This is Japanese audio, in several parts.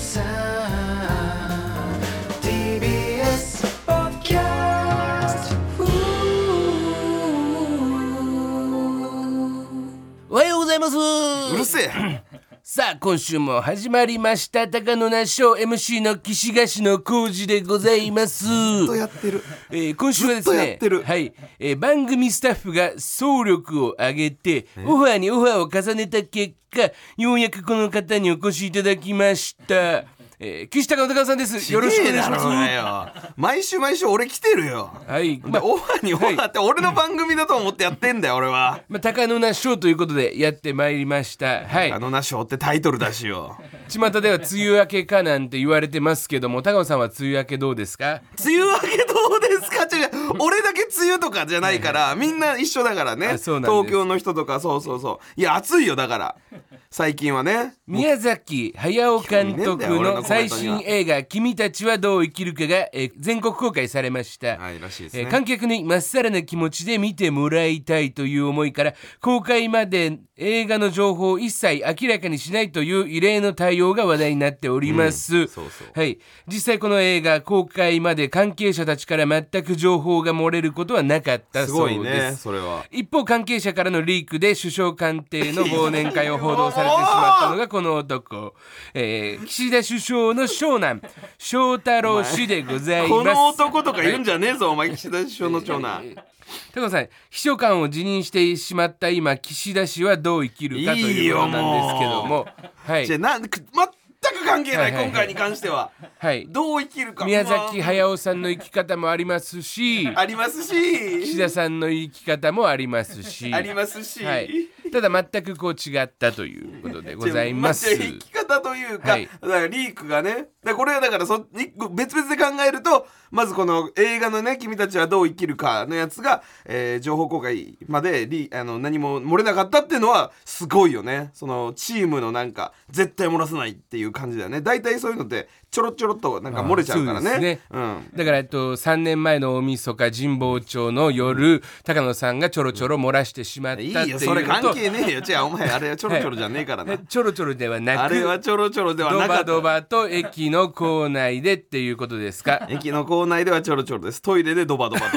さ TBS ポッキャストおはようございますうるせえ さあ今週も始まりました高野那賞 MC の岸菓子の浩二でございますとやってるえー今週はですずっとやっねてるはいえー番組スタッフが総力を挙げてオファーにオファーを重ねた結果ようやくこの方にお越しいただきました、えー、岸高野高野さんですよろしくお願いしますひでえだろうがよ 毎週毎週俺来てるよはい、でまあオファーにオファーって俺の番組だと思ってやってんだよ俺はまあ、高野那賞ということでやってまいりましたはいあのなしょってタイトルだしよ巷では梅雨明けかなんて言われてますけども高野さんは梅雨明けどうですか梅雨明けどうですか違う俺だけ梅雨とかじゃないからみんな一緒だからねあそうなんです東京の人とかそうそうそういや暑いよだから最近はね宮崎駿監興味ねえん督だよ俺ののコメ最ントには新映画「君たちはどう生きるかが」えー全国公開されました、はいらしいですえねー観客にまっさらな気持ちで見てもらいたいという思いから公開まで映画の情報を一切明らかにしないという異例の対応が話題になっております、そうそうはい、実際この映画公開まで関係者たちから全く情報が漏れることはなかったそすごうですいねそれは一方関係者からのリークで首相官邸の忘年会を報道されてしまったのがこの男、えー岸田首相の長男翔太郎氏でございこまのす男とか言うんじゃねえぞお前岸田首相の長男高野さん秘書官を辞任してしまった今岸田氏はどう生きるかといいいうよことなんですけどももはいじゃあなんく全く関係ないはいはいはい今回に関してははい、どう生きるか宮崎ま駿さんの生き方もありますしああります岸し田さんの生き方もありますしありますし はい、ただ全くこう違ったということでございますじゃあ生き方というか,、はいだからリークがねだからこれはだからそ一個別々で考えるとまずこの映画のね「君たちはどう生きるか」のやつが、えー情報公開までリあの何も漏れなかったっていうのはすごいよねそのチームのなんか絶対漏らさないっていう感じだよね大体そういうのってちょろちょろっとなんか漏れちゃうからねあーそうですねうん、だから、えっと、3年前の大晦日神保町の夜高野さんがちょろちょろ漏らしてしまったっいていうこといよそれ関係ねえよじゃあお前あれはちょろちょろじゃね えからな、えちょろちょろではなくあれはちょろちょろではドなかバったドバと駅の構内でっていうことですか駅の構内ではちょろちょろですトイレでドバドバと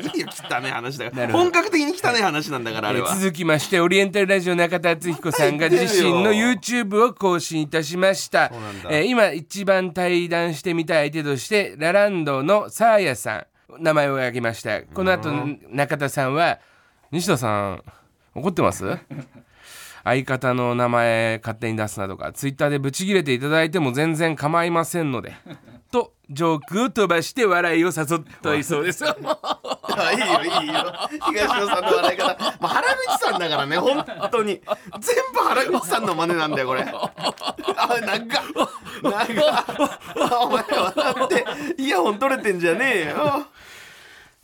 いいよ汚い話だからるほど本格的に汚い話なんだからあれえは続きましてオリエンタルラジオ中田敦彦さんが自身の YouTube を更新いたしましたうなんだえー今一番対談してみたい相手としてラランドのサーヤさん名前を挙げましたこの後中田さんは西田さん怒ってます相方の名前勝手に出すなとかツイッターでブチギレていただいても全然構いませんのでとジョークを飛ばして笑いを誘ったいそうですあいいよいいよ東野さんの笑い方、まあ、原口さんだからね本当に全部原口さんの真似なんだよこれあなんかなんかお前笑ってイヤホン取れてんじゃねえよ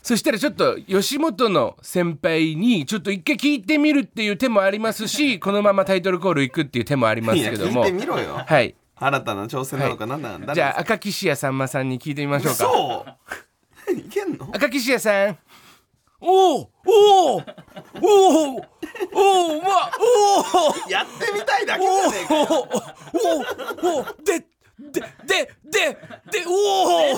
そしたらちょっと吉本の先輩にちょっと一回聞いてみるっていう手もありますしこのままタイトルコール行くっていう手もありまいすやけど聞いもてみろよはい新たな挑戦なのか何なんだ、じゃあ赤岸屋さんまさんに聞いてみましょうかそう いけんの赤岸屋さんおおおおおおおおまおおやってみたいだけおおおおじゃねえかおおでででででおおおおお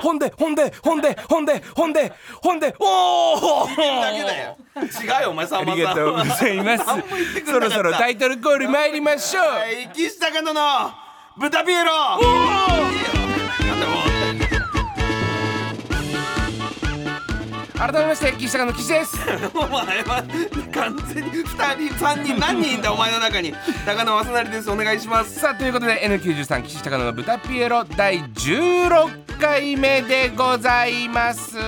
ほんでほんでほんでほんでほんでほんでおおだけだよ違うよお前さんあまりがさんとうございます何も言ってくれそろなかったそろタイトルコール参りましょうはい岸高野の豚ピエロなんだも改めまして岸坂の岸 ですうお前は完全に2人3人何人いたお前の中に高野正成ですお願いしますさあということで N93 岸高野の豚ピエロ第16回目でございますな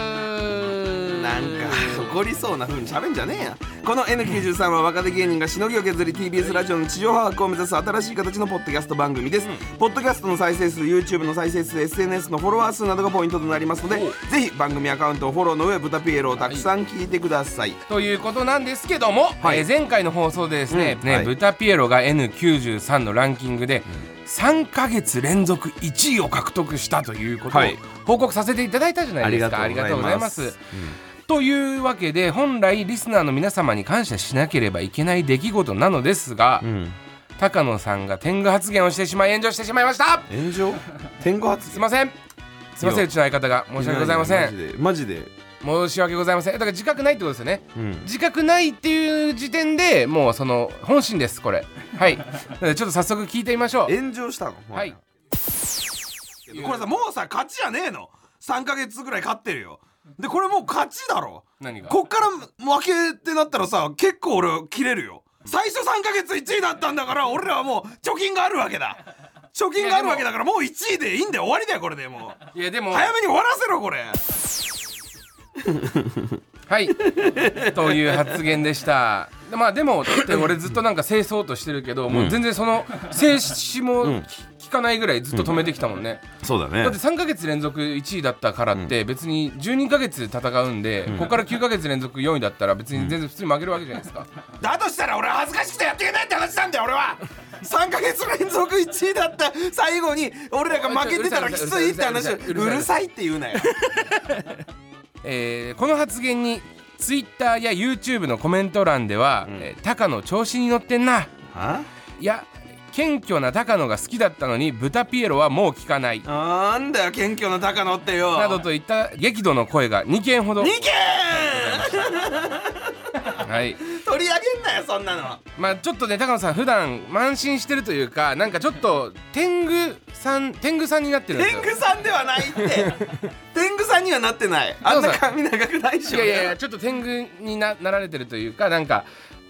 んか怒りそうな風に喋んじゃねえやこの N93 は若手芸人がしのぎを削り TBS ラジオの地上波を目指す新しい形のポッドキャスト番組です、ポッドキャストの再生数 YouTube の再生数 SNS のフォロワー数などがポイントとなりますのでぜひ番組アカウントをフォローの上ブタピエロをたくさん聞いてください、ということなんですけども、はいえー前回の放送でですね,、うんねはい豚ピエロが N93 のランキングで3か月連続1位を獲得したということをはい報告させていただいたじゃないですか。ありがとうございますありがとうございますというわけで本来リスナーの皆様に感謝しなければいけない出来事なのですが、ん高野さんが天狗発言をしてしまい炎上してしまいました炎上天狗発すいませんすいませんうちの相方が申し訳ございませんマジでマジで申し訳ございませんだから自覚ないってことですよねうん自覚ないっていう時点でもうその本心ですこれはい なのでちょっと早速聞いてみましょう炎上したのはいこれさもうさ勝ちじゃねえの3ヶ月ぐらい勝ってるよでこれもう勝ちだろ何がこっから負けってなったらさ結構俺切れるよ最初3ヶ月1位だったんだから俺らはもう貯金があるわけだ貯金があるわけだからもう1位でいいんだよ終わりだよこれでもいやでうも早めに終わらせろこれはいという発言でしたでまあでもだって俺ずっとなんか清掃としてるけど、もう全然その静止も聞聞かないぐらいずっと止めてきたもんね、そうだだねって3か月連続1位だったからって別に12か月戦うんで、ここから9か月連続4位だったら別に全然普通に負けるわけじゃないですか、だとしたら俺は恥ずかしくてやっていけないって話なんだよ俺は3ヶ月連続1位だった最後に俺らが負けてたらきついって話をうるさいううるさいうるさいって言うな よえーこの発言にツイッターや YouTube のコメント欄では、えー高野調子に乗ってんないや謙虚な高野が好きだったのに豚ピエロはもう聞かないなんだよ謙虚な高野ってよなどといった激怒の声が2件ほど、 2件はい、取り上げんなよそんな のまあちょっとね高野さん普段慢心してるというかなんかちょっと天狗さん天狗さんになってるんです天よ狗さんではないって 天狗さんにはなってないあんな髪長くないでしいょやいやいやちょっと天狗にななられてるというかなんか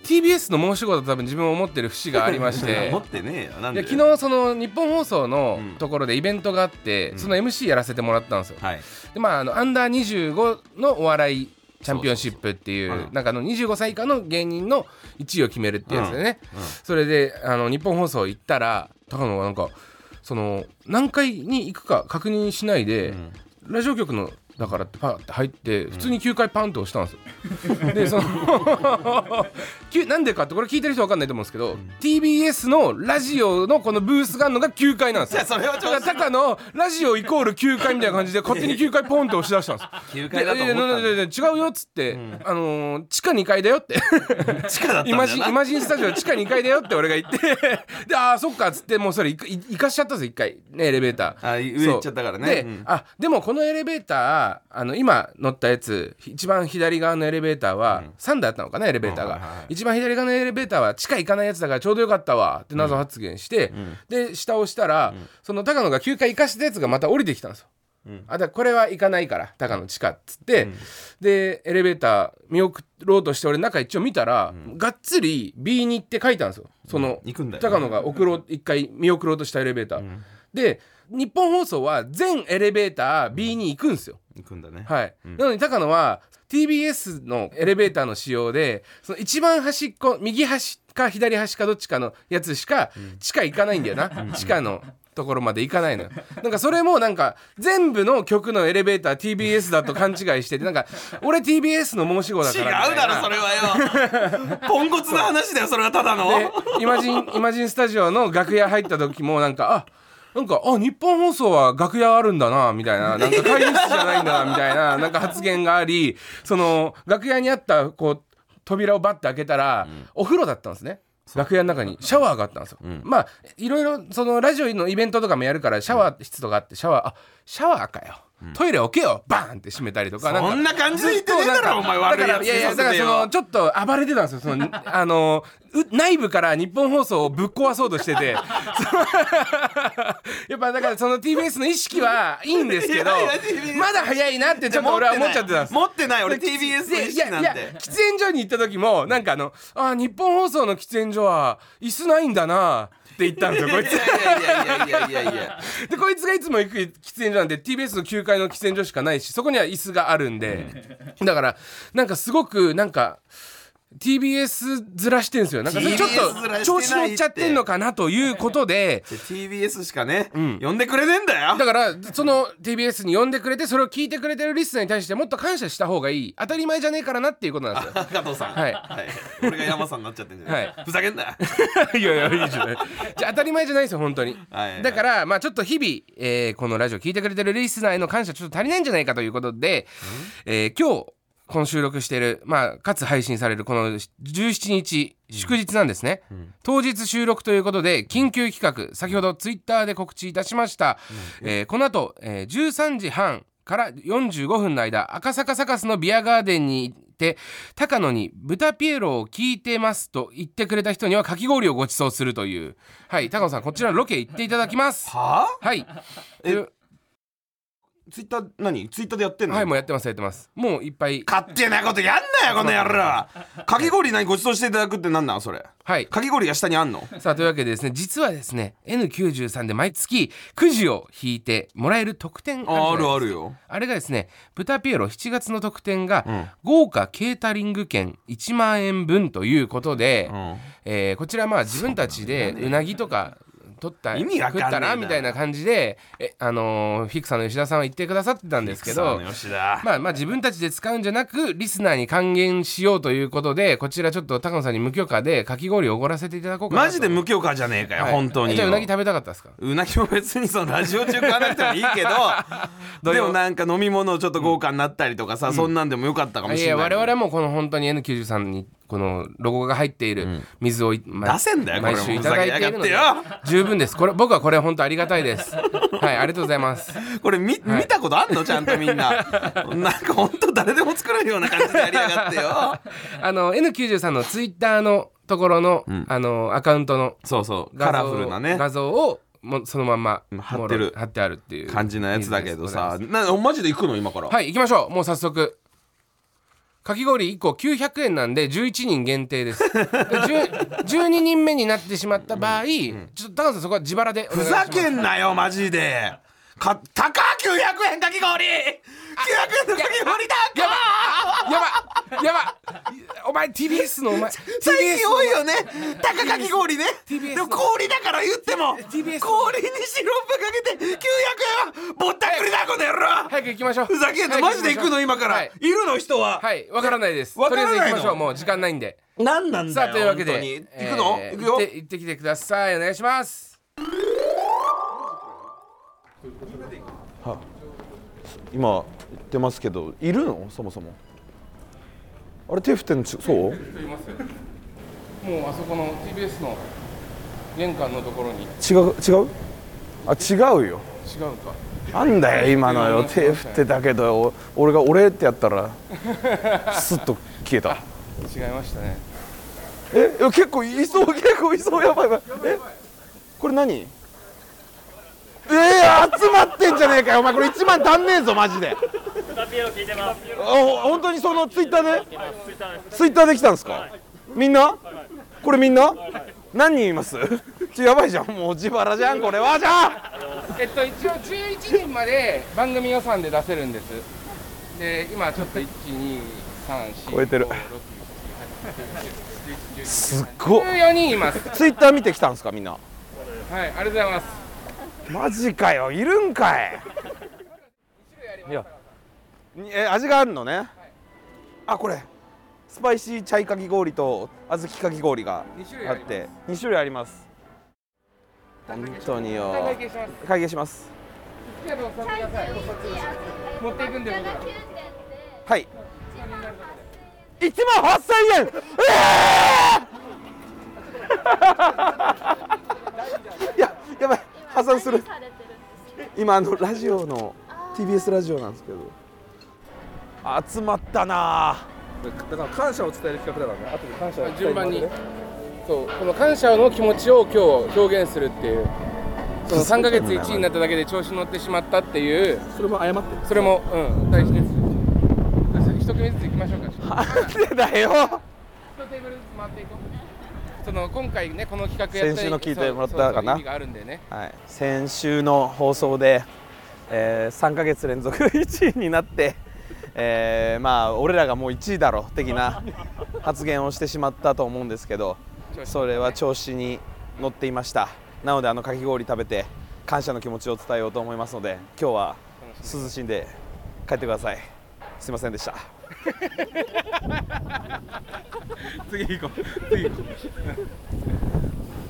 TBS の申し子だと多分自分思ってる節がありまして 持ってねえよなんいやで昨日その日本放送のうんところでイベントがあって、その MC やらせてもらったんですよ、はいでまああのアンダー25のお笑いチャンピオンシップっていうそうそうそううんなんかあの25歳以下の芸人の1位を決めるっていうやつでね、それであの日本放送行ったら高野がなんかその何回に行くか確認しないで、ラジオ局のだからってパーって入って普通に9回パンと押したんですよ、でそのきゅなんでかってこれ聞いてる人分かんないと思うんですけど、TBS のラジオのこのブースがあるのが9回なんですじゃよあそれはちょだっから高野ラジオイコール9回みたいな感じで勝手に9回ポンって押し出したんですと9でいやいやいやいや違うよっつって、あのー地下2階だよって地下だったんイだマよジンなイマジンスタジオ地下2階だよって俺が言ってでああそっかっつってもうそれいかい行かしちゃったんですよ1回ねエレベーターあい上行っちゃったからねそうで、うんあでもこのエレベーターあの今乗ったやつ一番左側のエレベーターは、三3台あったのかなエレベーターが、うんはいはい一番左側のエレベーターは地下行かないやつだからちょうどよかったわって謎発言して、で下を押したら、その高野が9回行かしてたやつがまた降りてきたんですよ。あだからこれは行かないから高野地下っつって、でエレベーター見送ろうとして俺中一応見たら、がっつり B にって書いたんですよその、行くんだよ高野が送ろう一回見送ろうとしたエレベーター、で日本放送は全エレベーター B に行くんですよ、行くんだねはい、なのに高野は TBS のエレベーターの仕様でその一番端っこ右端か左端かどっちかのやつしか地下行かないんだよな、地下のところまで行かないのよなんかそれもなんか全部の局のエレベーター TBS だと勘違いしててなんか俺 TBS の申し子だ違かうらみただいなろそれはよポンコツな話だよそれはただのでイマジンイマジンスタジオの楽屋入った時もなんかあなんかあ日本放送は楽屋あるんだなみたいななんか会議室じゃないん だなみたいななんか発言がありその楽屋にあったこう扉をバッて開けたら、お風呂だったんですね。楽屋の中にシャワーがあったんですよ、まあいろいろそのラジオのイベントとかもやるからシャワー室とかあってシャワーあシャワーかよ、トイレ置けよバーンって閉めたりとかなんかそんな感じで言ってねえだろお前悪いだやつからいやいやだからそのちょっと暴れてたんですよそ のあのう内部から日本放送をぶっ壊そうとして てそのやっぱだからその TBS の意識はいいんですけどいやいや TBS まだ早いなってちょっと俺は思っちゃってたんです持ってない俺 TBS の意識なんいやいやて喫煙所に行った時もなんかあの「あー日本放送の喫煙所は椅子ないんだな」って言ったんですよこいつ。いやいやいやいやいやいやでこいつがいつも行く喫煙所なんで TBS の9階の喫煙所しかないしそこには椅子があるんでだからなんかすごくなんか TBS ずらしてんすよなんかそれちょっ TBS ずとらしてないって調子乗っちゃってんのかなということで TBS しかね、呼んでくれねえんだよだからその TBS に呼んでくれてそれを聞いてくれてるリスナーに対してもっと感謝した方がいい当たり前じゃねえからなっていうことなんですよ。加藤さんはい俺が山さんになっちゃってんじゃない、はいふざけんなよ いやいやいいじゃないじゃあ当たり前じゃないですよ本当に、はいだからまあちょっと日々、えーこのラジオ聞いてくれてるリスナーへの感謝ちょっと足りないんじゃないかということで、えー今日この収録してる、まあ、かつ配信されるこの17日祝日なんですね、当日収録ということで緊急企画先ほどツイッターで告知いたしました、えーこの後、えー13時半から45分の間赤坂サカスのビアガーデンに行って高野に「豚ピエロを聞いてます」と言ってくれた人にはかき氷をご馳走するというはい高野さんこちらのロケ行っていただきますはあはいえツイッター何ツイッターでやってんの、はいもうやってますやってますもういっぱい勝手なことやんなよこの野郎かき氷何ご馳走していただくってなんなんそれはいかき氷が下にあんのさあというわけでですね実はですね N93 で毎月くじを引いてもらえる特典あるじゃないでするかあるよあれがですね豚ピエロ7月の特典が、豪華ケータリング券1万円分ということで、んえーこちらまあ自分たちでうなぎとか取った意味わかんねえな食ったらみたいな感じでえあのーフィクサーの吉田さんは言ってくださってたんですけどそうね吉田まあまあ自分たちで使うんじゃなくリスナーに還元しようということでこちらちょっと高野さんに無許可でかき氷をおごらせていただこうかなとマジで無許可じゃねえかよ、はい本当にじゃあうなぎ食べたかったですかうなぎも別にそのラジオ中食わなくてもいい けどでもなんか飲み物ちょっと豪華になったりとかさ、そんなんでもよかったかもいしやれない我々もこの本当に N93 にこのロゴが入っている水をい、ま出せんだよこれ毎も週いただいているのふざけでやがって十分ですこれ僕はこれ本当ありがたいですはいありがとうございますこれ見,、見たことあんのちゃんと みんななんかほんと誰でも作れるような感じでやりやがっ てよあの N93 のツイッターのところの、あのアカウントのそうそう画像カラフルなね画像をもうそのまんまん貼ってるもろ貼ってあるっていう感じのやつだけど水さですなマジで行くの今から、はい行きましょうもう早速かき氷1個900円なんで11人限定ですで10 12人目になってしまった場合、ちょっと高野さんそこは自腹でおふ願いしまざすけんなよマジでか高900円かき氷900円のかき氷だやばやばお前 TBS のお前 TBS 最近の多いよね高かき氷ね TBS でも氷だから言って TBS も氷にシロップかけて900円はぼったくりだこの野郎早く行きましょうふざけんなマジで行くの今から、はいい、るの人は、はいわからないですわとかりあらえないず行のきましょうもう時間ないんで何なんださよあというわけ本当でに行くの、えー行くよ行って行ってきてくださいお願いします今言ってますけどいるのそもそもあれ手振ってんのそうもうあそこの TBS の玄関のところに違違う違うあ違うようかなんだよ今のよいやいや手振ってたけどお俺が「俺」ってやったらスッと消えた違いましたねえいや結構いそう結構いそうやばいやばいえこれ何えー、集まってんじゃねえかよお前これ1万足んねえぞマジでラピエロ聞いてます。あほ本当にそのツイッターでツイッターで来たんですかみんなこれみんな何人います ちょやばいじゃんもう自腹じゃんこれはじゃあえっと一応11人まで番組予算で出せるんですで今ちょっと1 2 3 4超えてる5 6 7 8 9 10 11 12 13 14 15 16 17 18 19 20 21 22 23 24 25 26 27 28 29 30 31 32 33 34 35 36 37 38 39 40 41 42 43 44 45 46 47 48 49 50 51 52 53 54 55 56 57 58 59 60 61 62 63 64 65 66 67 68 69 70 71 72 73 74 75 76 77 78 79 80 81 82 83 84 85 86 87 88 89 90 91 92 93 94 95 96 97 98 99 100 101 102 103 104 105 106 107 108 109 110 111 112 113 114 115 116 117 118 119 120 121 122 123 124 125 126 127 128 129 130 131 132 133 134 135 136 137 138 139 140 141 142 143 144 145 146 147 148 149 150 151 152 153 154 155 156 157 158 159 160 161 162 163 164 165 166 1マジかよいるんかいいやにえ味があるのね、あこれスパイシーチャイかき氷と小豆かき氷が2種類ああっりますて2種類あります本当によ会計します会計します好きなのを買ってください持っていくんで僕らはい1万8000円ええいややばい破産するされてるんです今あのラジオの TBS ラジオなんですけど集まったなあだから感謝を伝える企画だからね後で感謝を伝える順番にそうこの感謝の気持ちを今日表現するっていうその3ヶ月1位になっただけで調子に乗ってしまったっていうそれも謝ってそれもうん大事です一組ずつ行きましょうかなんでだよ一テーブルずつ回っていこうその今回ねこの企画やった先週の聞いてもらったかなそうそうそう意味があるんでねはい、先週の放送で、えー、3ヶ月連続1位になって、えー、まあ俺らがもう1位だろ的な発言をしてしまったと思うんですけどそれは調子に乗っていましたなのであのかき氷食べて感謝の気持ちを伝えようと思いますので今日は涼しんで帰ってくださいすいませんでした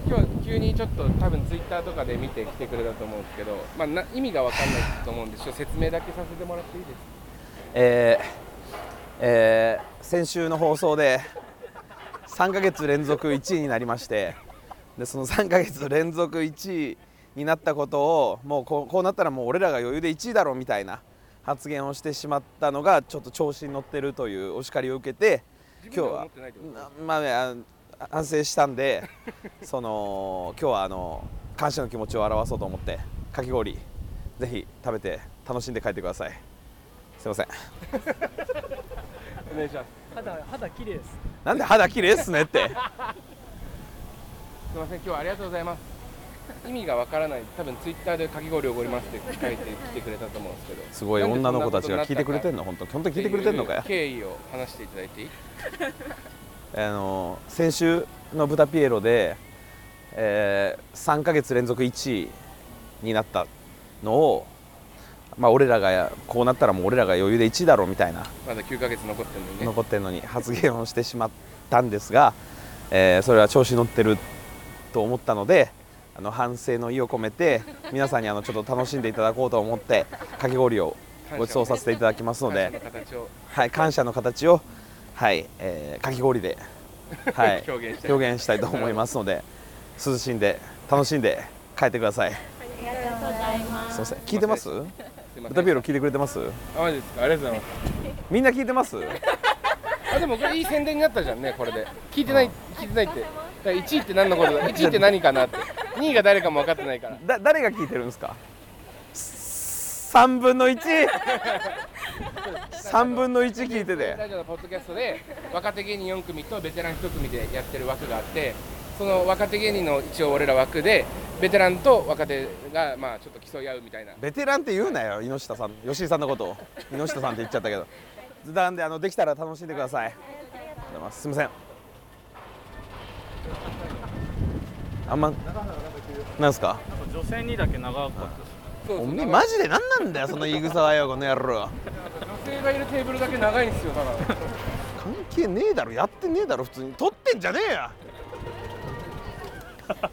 今日急にちょっと多分ツイッターとかで見て来てくれたと思うんですけど、まあ、な意味が分かんないと思うんでちょっと説明だけさせてもらっていいですかえーえー先週の放送で3ヶ月連続1位になりましてでその3ヶ月連続1位になったことをもうこうこうなったらもう俺らが余裕で1位だろうみたいな発言をしてしまったのがちょっと調子に乗ってるというお叱りを受けて今日はまあねあ反省したんでその今日はあの感謝の気持ちを表そうと思ってかき氷ぜひ食べて楽しんで帰ってくださいすいません肌肌綺麗ですなんで肌綺麗っすねってすみません今日はありがとうございます意味がわからない多分ツイッターでかき氷おごりますって書いてきてくれたと思うんですけどすごい女の子たちが聞いてくれてんの本当本当に聞いてくれてんのかよ経緯を話していただいていいあの先週の「ブタピエロで」え3ヶ月連続1位になったのを、まあ、俺らがこうなったらもう俺らが余裕で1位だろうみたいなまだ9ヶ月残ってるのにね残ってるのに発言をしてしまったんですが、えーそれは調子に乗ってると思ったのであの反省の意を込めて皆さんにあのちょっと楽しんでいただこうと思ってかき氷をごちそうさせていただきますので。感謝の形を、はい、感謝の形を、はいえーかき氷で、はい表現したい表現したいと思いますので涼しんで楽しんで帰ってくださいすありがとうございまみす。ません聞いてますすいません豚ビール聞いてくれてますあマジですかありがとうございますみんな聞いてますあでもこれいい宣伝になったじゃんねこれで聞いてない聞いてないってだから1位って何のことだ1位って何かなって2位が誰かも分かってないからだ誰が聞いてるんですか3 分の13分の1聞いててラジオのポッドキャストで若手芸人4組とベテラン1組でやってる枠があってその若手芸人の一応俺ら枠でベテランと若手がまあちょっと競い合うみたいなベテランって言うなよ猪下さん吉井さんのことを猪下さんって言っちゃったけどなんであのできたら楽しんでくださいありがとうございますすみませんあんまなんすか女性にだけ長かったそうおそうめえマジで何なんだよその言い草はよこの野郎女性がいるテーブルだけ長いんですよ だから関係ねえだろやってねえだろ普通に取ってんじゃねえよ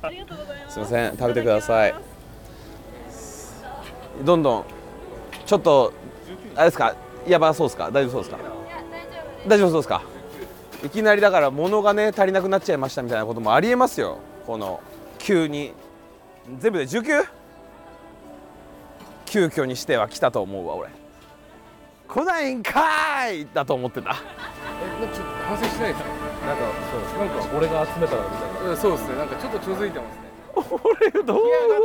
ありがとうございます。すいません食べてくださいどんどんちょっとあれですかやばそうですか大丈夫そうですか大丈夫そうですかいきなりだから物がね足りなくなっちゃいましたみたいなこともありえますよこの急に全部で 19? 急遽にしては来たと思うわ俺来ないんかーいだと思ってたえなんかちょっと反省してないですかなんかそうですなんか俺が集めたらみたいなうんそうですねなんかちょっとちょづいてますね俺どう動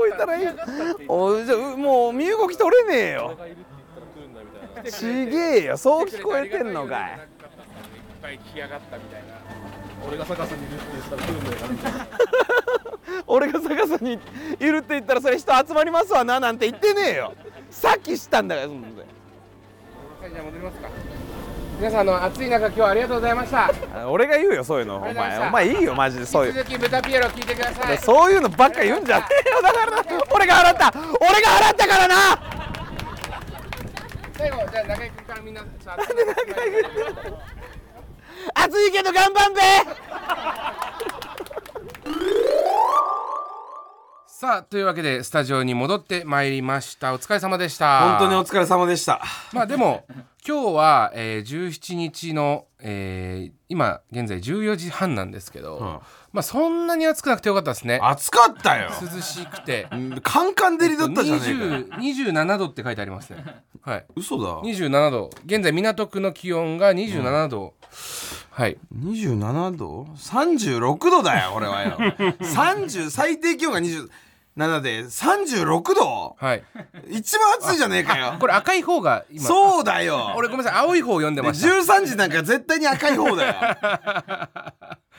いたらいい嫌がったって言っおいじゃあうもう身動き取れねえよ俺がいるって言ったら来るんだみたいなてちげえよそう聞こえてんのかいっいぱい来やがったみたいな俺が探すにいるって言ったら来るんだよなみたいな俺が探すにいるって言ったらそれ人集まりますわななんて言ってねえよさっきしたんだからそんなことはいじゃあ戻りますか皆さんあの暑い中今日はありがとうございましたあ俺が言うよそういうのおありがとうございました前お前いいよマジでそうい引きう続き豚ピエロ聞いてくださいそういうのばっか言うんじゃねえよだから俺が払った俺が払ったからな最後じゃあ中居君からみんなちょっと熱い暑いけど頑張んべさあというわけでスタジオに戻ってまいりましたお疲れ様でした本当にお疲れ様でしたまあでも今日は、えー、17日の、えー今現在14時半なんですけど、まあそんなに暑くなくてよかったですね暑かったよ涼しくてカンカン照りだったじゃねえかよ20 27度って書いてありますねはい嘘だ27度現在港区の気温が27度、はい27度 ?36 度だよ俺はよ30最低気温が27で36度はい一番暑いじゃねえかよこれ赤い方が今そうだよ俺ごめんなさい青い方を読んででました13時なんか絶対に赤い方だよ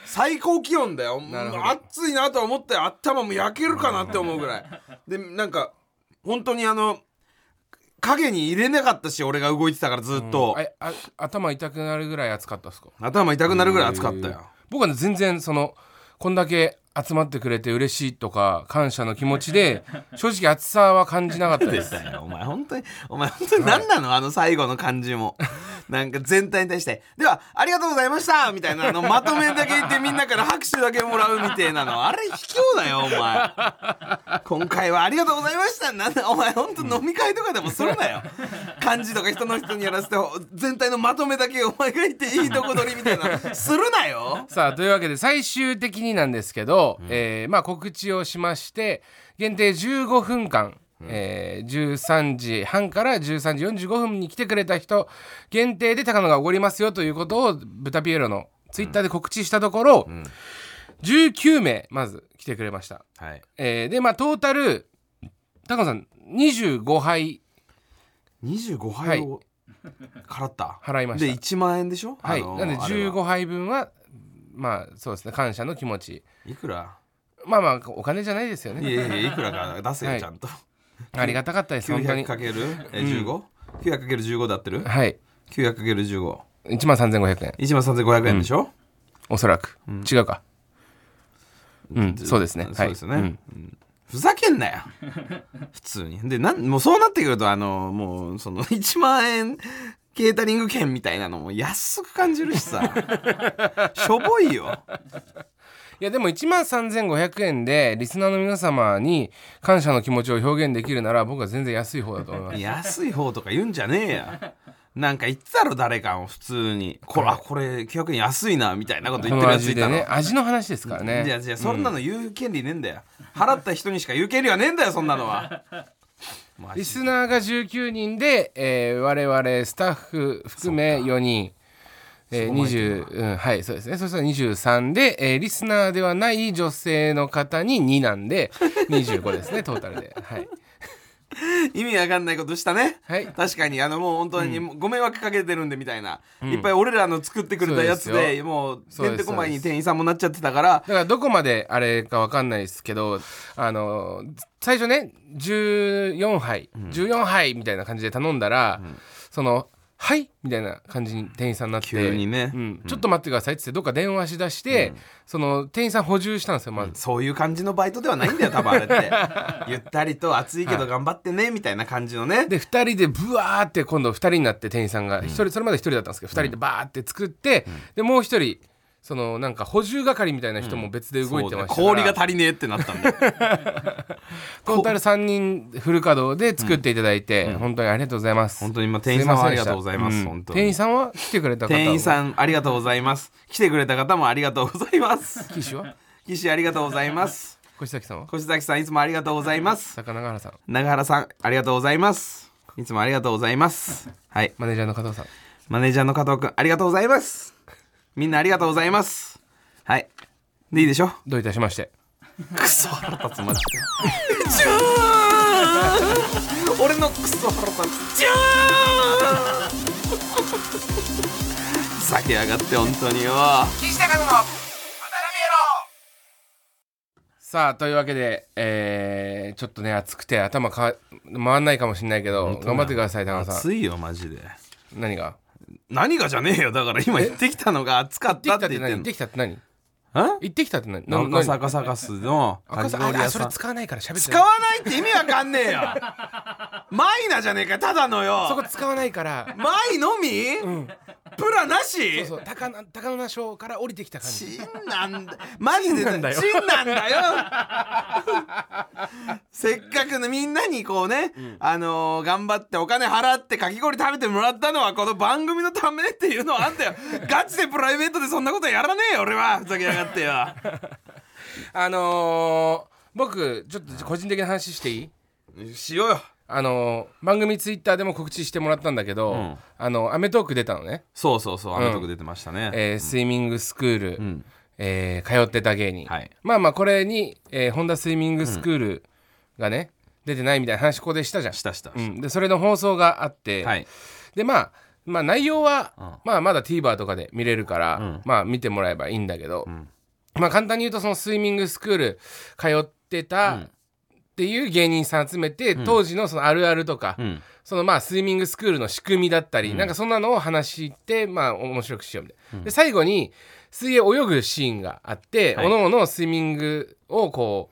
最高気温だよなるほど暑いなとは思って頭も焼けるかなって思うぐらいでなんか本当にあの影に入れなかったし俺が動いてたからずっと、ああ頭痛くなるぐらい暑かったっすか頭痛くなるぐらい暑かったよ僕はね全然そのこんだけ集まってくれて嬉しいとか感謝の気持ちで正直暑さは感じなかったですだよお前本当にお前本当に何なの、あの最後の感じもなんか全体に対して、では、ありがとうございましたみたいなの、まとめだけ言ってみんなから拍手だけもらうみたいなの。あれ卑怯だよ、お前。今回はありがとうございました。なんだ、お前ほんと飲み会とかでもするなよ。漢字とか人の人にやらせて、全体のまとめだけお前が言っていいとこ取りみたいな、するなよ。さあというわけで最終的になんですけど、えーまあ、告知をしまして限定15分間、えー13時半から13時45分に来てくれた人限定で高野がおごりますよということをブタピエロのツイッターで告知したところ、19名まず来てくれました、はい。えーでまあトータル高野さん25杯25杯を払った。払いましたで、1万円でしょはい、あのなんであれは15杯分はまあそうですね感謝の気持ちいくらまあまあお金じゃないですよねいやいやいくらか出せよ、はいちゃんと。ありがたかったです、本当に。 900×15?900×15 だってるはい。 ?900×15。 1万3500円。 1万3500円でしょ、おそらく。違うか。うん、ずそうですね。そうですねはいうんふざけんなよ普通に。で、なんもうそうなってくると、あの、もう、その、1万 円ケータリング券みたいなのも安く感じるしさ。しょぼいよ。いや、でも1万3500円で、リスナーの皆様に感謝の気持ちを表現できるなら、僕は全然安い方だと思います。安い方とか言うんじゃねえや。なんか言ってたろ、誰かも普通に。こら、これ900円安いな、みたいなことこ言ってのるやつ味いでたの。ね、味の話ですからね。いやいやそんなの言う権利ねえんだよ、払った人にしか言う権利はねえんだよそんな のはマリジスナーが19人で、えー我々スタッフ含め4人。えー、20、うん、はい、そうですね。そしたら23で、えーリスナーではない女性の方に2なんで、25ですね、トータルで。はい。意味わかんないことしたね、はい確かにあのもう本当にもうご迷惑かけてるんでみたいな、いっぱい俺らの作ってくれたやつそうでですもうそうでてすんてこまいに店員さんもなっちゃってたからだからどこまであれかわかんないですけどあの最初ね14杯14杯みたいな感じで頼んだら、その「はい」みたいな感じに店員さんになって急にねうんちょっと待ってください」っつってどっか電話しだして、その店員さん補充したんですよまず、そういう感じのバイトではないんだよ多分あれって ゆったりと暑いけど頑張ってねみたいな感じのねで2人でブワーって今度2人になって店員さんが一人、それまで1人だったんですけど2人でバーって作って、でもう1人そのなんか補充係みたいな人も別で動いてましたから、そうね氷が足りねえってなっ たんだよトータル3人フル稼働で作っていただいて、本当にありがとうございます本当に今店員さんはすいませでしたありがとうございますん本当に店員さんは来てくれた方は店員さんありがとうございます来てくれた方もありがとうござい ます岸は岸ありがとうございます越崎さんは越崎さんいつもありがとうございます坂永原さん長原さんありがとうございますいつもありがとうございますはいマネージャーの加藤さんマネージャーの加藤くんありがとうございますみんなありがとうございますはいでいいでしょどういたしましてクソ腹立つマジで じゃーん俺のクソ腹立つじゃーん酒上がって本当によさあというわけで、えーちょっとね暑くて頭か回んないかもしれないけど頑張ってください高野さん暑いよマジで何が何がじゃねえよだから今言ってきたのが暑かっ行たってきたっってて言って何ん行ってのきたって何行んってきたって何な赤何坂サカスのか赤き坂氷ああ屋そされん使わないから喋って使わないって意味わかんね えよマイナじゃねえかただのそこよ使わないからマイのみ、プラなしそうそう高野高野賞から降りてきた感じチンなんだマジでチンなんだよ せっかくのみんなにこうね、あのー頑張ってお金払ってかき氷食べてもらったのはこの番組のためっていうのはあんだ よガチでプライベートでそんなことやらねえよ俺はふざけやがってよあのー僕ちょっと個人的な話していいしようよあのー番組ツイッターでも告知してもらったんだけど「んあのアメトーク」出たのね、そうそうそうあのとこ出てましたね、えースイミングスクール、んえー通ってた芸人、はいまあまあこれに、えー、ホンダスイミングスクールがね、出てないみたいな話ここでしたじゃんしたした、うん、でそれの放送があって、はいでまあまあ内容は、まあまだ TVer とかで見れるから、まあ見てもらえばいいんだけど、まあ簡単に言うとそのスイミングスクール通ってた、っていう芸人さん集めて、当時のそのあるあるとか、んそのまあスイミングスクールの仕組みだったり、なんかそんなのを話してまあ面白くしようみたいな、で最後に水泳泳ぐシーンがあって、はいおのおのスイミングをこ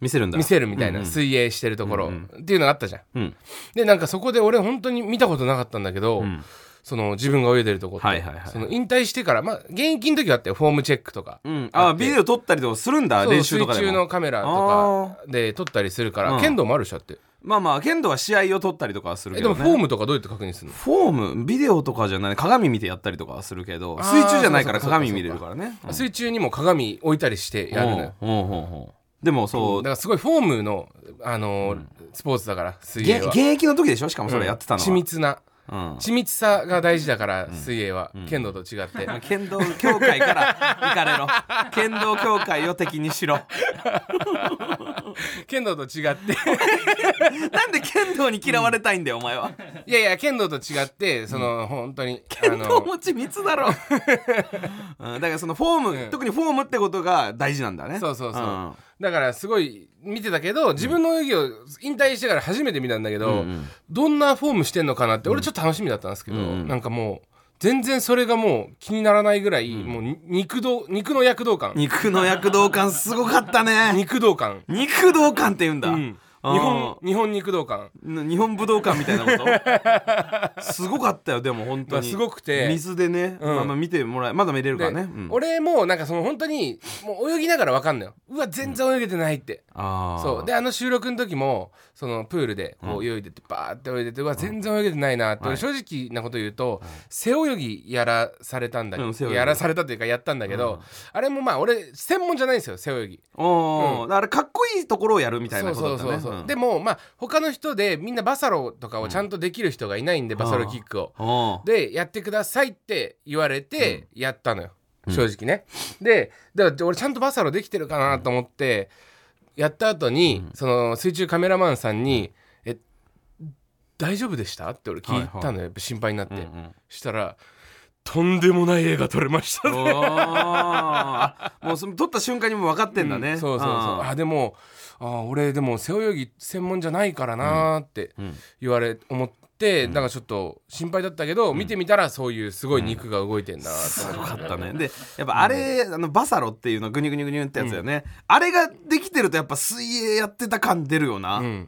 見せるんうだ見せるみたいな、うんうん水泳してるところ、うんっていうのがあったじゃん、うんでなんかそこで俺本当に見たことなかったんだけど、んその自分が泳いでるとこって、はいはいはいその引退してからまあ現役の時はあってフォームチェックとか、うん、あビデオ撮ったりとかするんだそう練習とかで水中のもカメラとかで撮ったりするから、うん剣道もあるでしょだってまあまあ剣道は試合を撮ったりとかはするえけでど、もね、フォームとかどうやって確認するのフォームビデオとかじゃない鏡見てやったりとかはするけどあー水中じゃないからそうかそうか鏡見れるからねうん水中にも鏡置いたりしてやるのようんうんうんうんでもだそうからすごいフォームの、あのースポーツだから水げ泳は現役の時でしょしかもそれやってたの緻は、密なうん緻密さが大事だから水泳は、剣道と違って、剣道協会から行かれろ剣道協会を敵に しろ剣道と違って なんで剣道に嫌われたいんだよお前はいやいや剣道と違ってその、本当にあ剣道の持ち密 だろ、うん、だからそのフォーム、ん特にフォームってことが大事なんだねそうそうそう、んだからすごい見てたけど自分の泳ぎを引退してから初めて見たんだけど、どんなフォームしてんのかなって俺ちょっと楽しみだったんですけど、なんかもう全然それがもう気にならないぐらい、もうに肉道肉の躍動感肉の躍動感すごかったね 肉道感、肉道館って言うんだ、うん、日あー本日本肉道感日本武道館みたいな ことすごかったよでも本当がに、すごくて水でね、うんまあまあ見てもらえまだ見れるからでね、うん俺もなんかその本当にもう泳ぎながら分かんのようわ全然泳げてないって、あーそうであの収録の時もそのプールでこう泳いでてバーって泳いでてうわ全然泳げてないなって俺正直なこと言うと背泳ぎやらされたんだうん背泳ぎやらされたというかやったんだけどあれもまあ俺専門じゃないんですよ背泳ぎおーだからかっこいいところをやるみたいなことだったそねうそうそうそう、んでもまあ他の人でみんなバサロとかをちゃんとできる人がいないんで、バサロキックをおーでやってくださいって言われてやったのよ、正直ねでだから俺ちゃんとバサロできてるかなと思ってやった後に、その水中カメラマンさんに「え大丈夫でした?」って俺聞いたのよ、やっぱ心配になって、したら「とんでもない絵が撮れました」おーあもうその撮った瞬間にもう分かってんだね、うん そうそうそうあーあでもあ俺でも背泳ぎ専門じゃないからなーって言われ、思ってなんかちょっと心配だったけど、見てみたらそういうすごい肉が動いてんだなって思って、よかったねでやっぱあれ、あのバサロっていうのグニュグニュグニュってやつだよね、あれができてるとやっぱ水泳やってた感出るよな、うんん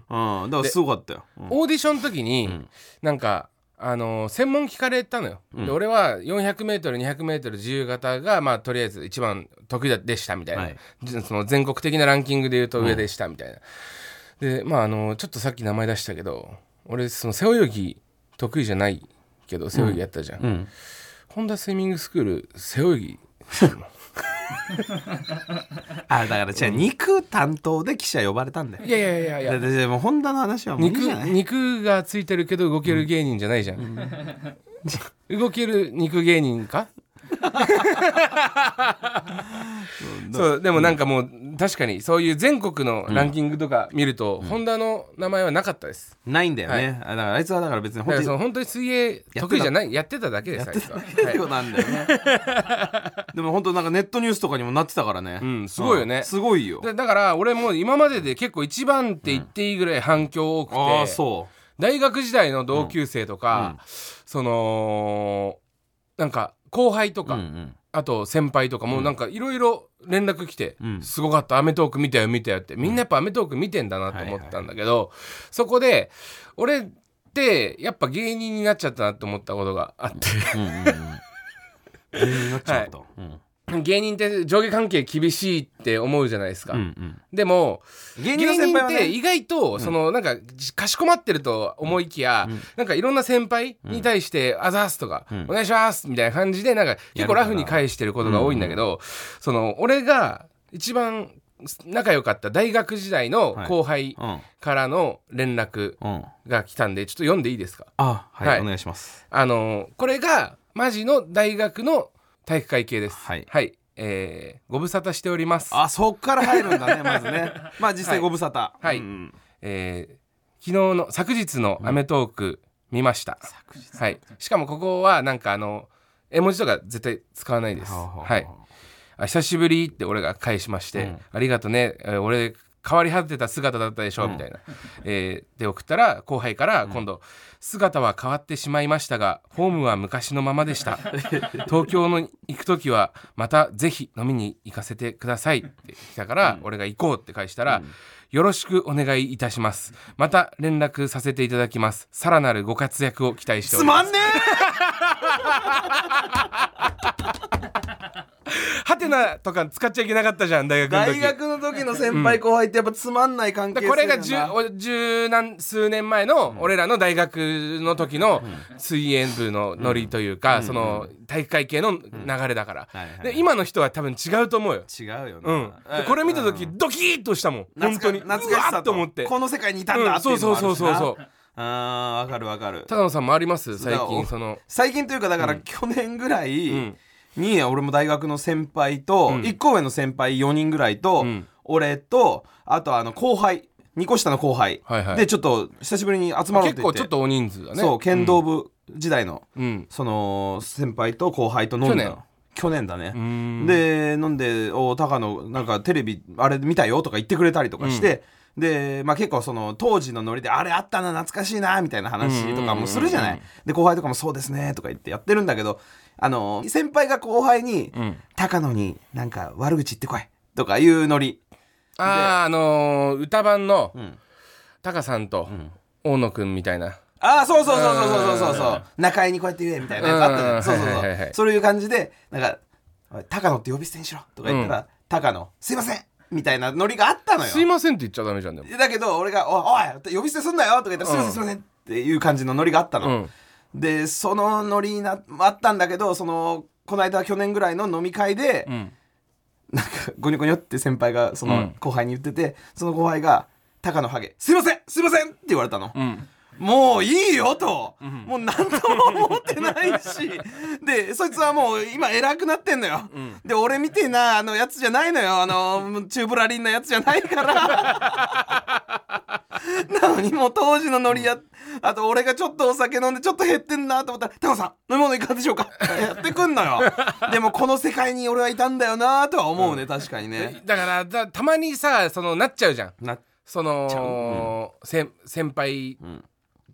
だからすごかったよ、うんオーディションの時に、なんかあのー専門聞かれたのよ、で俺は 400m200m 自由形がまあとりあえず一番得意でしたみたいな、はいじその全国的なランキングで言うと上でしたみたいな、でまああのーちょっとさっき名前出したけど俺その背泳ぎ得意じゃないけど背泳ぎやったじゃん、んホンダスイミングスクール背泳ぎあだからじゃあ肉担当で記者呼ばれたんだよいやいやいやいだやってもう本田の話はもういい肉じゃない肉がついてるけど動ける芸人じゃないじゃん、動ける肉芸人かそうでもなんかもう確かにそういう全国のランキングとか見ると、ホンダの名前はなかったです、ないんだよね、あだからあいつはだから別にだ本から当にその本当に水泳得意じゃないやってただけですあいつははいそうなんだよね でも本当なんかネットニュースとかにもなってたからね、うんすごいよねうんすごいよだだから俺もう今までで結構一番って言っていいぐらい反響多くて、ああそう大学時代の同級生とか、そのなんか後輩とか、んあと先輩とかもなんかいろいろ連絡来て、んすごかった『アメトーーク』見たよ見たよってみんなやっぱ『アメトーーク』見てんだなと思ったんだけど、そこで俺ってやっぱ芸人になっちゃったなって思ったことがあって、 になっちゃった、うん芸人って上下関係厳しいって思うじゃないですか。うんでも芸人の芸人先輩っはてね意外とそのなんかじかしこまってると思いきやなんかいろんな先輩に対して「あざーす」とかん「お願いします」みたいな感じでなんか結構ラフに返してることが多いんだけどその俺が一番仲良かった大学時代の後輩うんからの連絡うんが来たんでちょっと読んでいいですかあはい、はいお願いしますあのこれがマジの大学の体育会系です。はいはい、えーご無沙汰しております。あそっから入るんだね まずねまあ実際ご無沙汰はいうんえー昨日の昨日の『アメトーーク』見ました、はい、しかもここはなんかあの絵文字とか絶対使わないですはあはあはあはいあ久しぶりって俺が返しまして、ありがとね、えー俺変わり果てた姿だったでしょみたいな、えーで送ったら後輩から今度、姿は変わってしまいましたがホームは昔のままで した東京の行く時はまたぜひ飲みに行かせてくださいって来たから、俺が行こうって返したら、よろしくお願いいたしますまた連絡させていただきますさらなるご活躍を期待しておつりまますんねはてなとか使っちゃいけなかったじゃん大え学の時大学の時の先輩後輩ってやっぱつまんない関だ係性これがだな十お十何数年前の俺らの大学の時の水泳部のノリというか、その体育会系の流れだから、はいはいで今の人は多分違うと思うよ、違うよな、うん、でこれ見た時ドキッとしたもん本当に懐か懐かしうわさっと思ってこの世界にいたんだってういんうそのうもそうそうそうあるしなあーわかるわかる高野さんもあります最だからお近その最近というかだから去年ぐらいんに俺も大学の先輩とうん1個上の先輩4人ぐらいとん俺とあとあの後輩2個下の後輩はいはいでちょっと久しぶりに集まろうっ結て言構ってちょっと大人数だねそう剣道部時代のうんその先輩と後輩と飲んだの去年だねうんで飲んで「お高野なんかテレビあれ見たよ」とか言ってくれたりとかして、で、まあ、結構その当時のノリで「あれあったな懐かしいな」みたいな話とかもするじゃない、で後輩とかも「そうですね」とか言ってやってるんだけどあの先輩が後輩に「高野になんか悪口言ってこい」とかいうノリ、あああのー歌版のんタカさんと大野くんみたいなああそうそうそうそうそうそうそうそう中井にこうやって言えみたいなやつあったじゃうんんそうそうそう、はいはいはい そういう感じでなんか「おい高野って呼び捨てにしろ」とか言ったら「高野すいません」みたいなノリがあったのよすいませんって言っちゃダメじゃんでもだけど俺が「おいおい呼び捨てすんなよ」とか言ったら「すいませんすいません」っていう感じのノリがあったの、でそのノリなあったんだけどそのこの間去年ぐらいの飲み会で、んなんかゴニョゴニョって先輩がその後輩に言ってて、その後輩が「高野ハゲすいませんすいません」って言われたの。うんもういいよと、もう何とも思ってないしでそいつはもう今偉くなってんのよ、で俺みてえなあのやつじゃないのよあのチューブラリンなやつじゃないから なのにもう当時のノリやあと俺がちょっとお酒飲んでちょっと減ってんなと思ったら「タモさん飲み物いかがでしょうか?」やってくん のよでもこの世界に俺はいたんだよなとは思うね、確かにねだからだたまにさそのなっちゃうじゃんなその、先先輩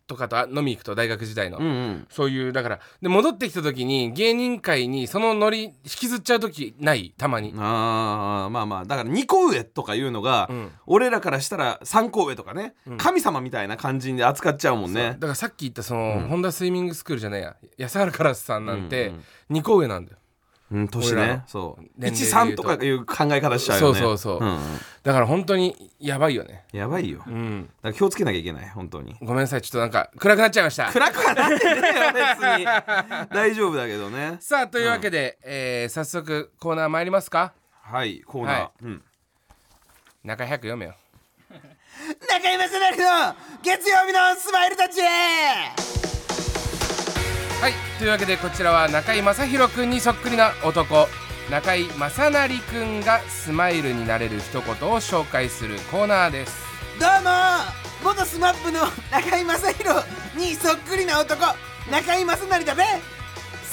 とかとあ飲み行くと大学時代の、うんうんそういうだからで戻ってきた時に芸人界にそのノリ引きずっちゃう時ないたまに、あーまあまあだから2個上とかいうのが、ん俺らからしたら3個上とかね、神様みたいな感じで扱っちゃうもんねだからさっき言ったその、ホンダスイミングスクールじゃないや安原カラスさんなんて2個上なんだよ、うん年俺らのねそう年齢で言う13ととかいう考え方しちゃうよねそうそうそうんんだから本当にやばいよねやばいよ、だうんから気をつけなきゃいけない本当にごめんなさいちょっとなんか暗くなっちゃいました暗くはなってねえよ別に大丈夫だけどねさあというわけで、えー早速コーナー参りますかはいコーナー、はいうん中100読めよ中山せなくの月曜日のスマイルたちはい、というわけでこちらは中井正広くんにそっくりな男中井正成くんがスマイルになれる一言を紹介するコーナーですどうも元スマップの中居正広にそっくりな男中居正成だべ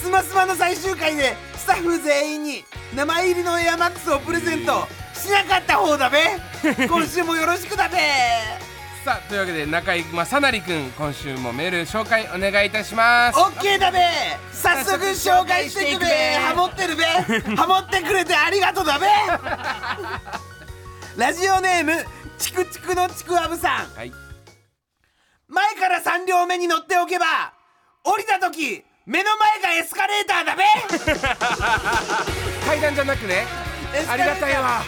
スマスマの最終回でスタッフ全員に名前入りのエアマックスをプレゼントしなかった方だ べ今週もよろしくだべさあというわけで中井正成くん今週もメール紹介お願いいたしますオッケーだべ早速紹介していくべハモってるべハモってくれてありがとう だべラジオネームチクチクのちくわぶさんはい前から3両目に乗っておけば降りた時目の前がエスカレーターだべ 階段じゃなくねエスあカりレータがーたいわ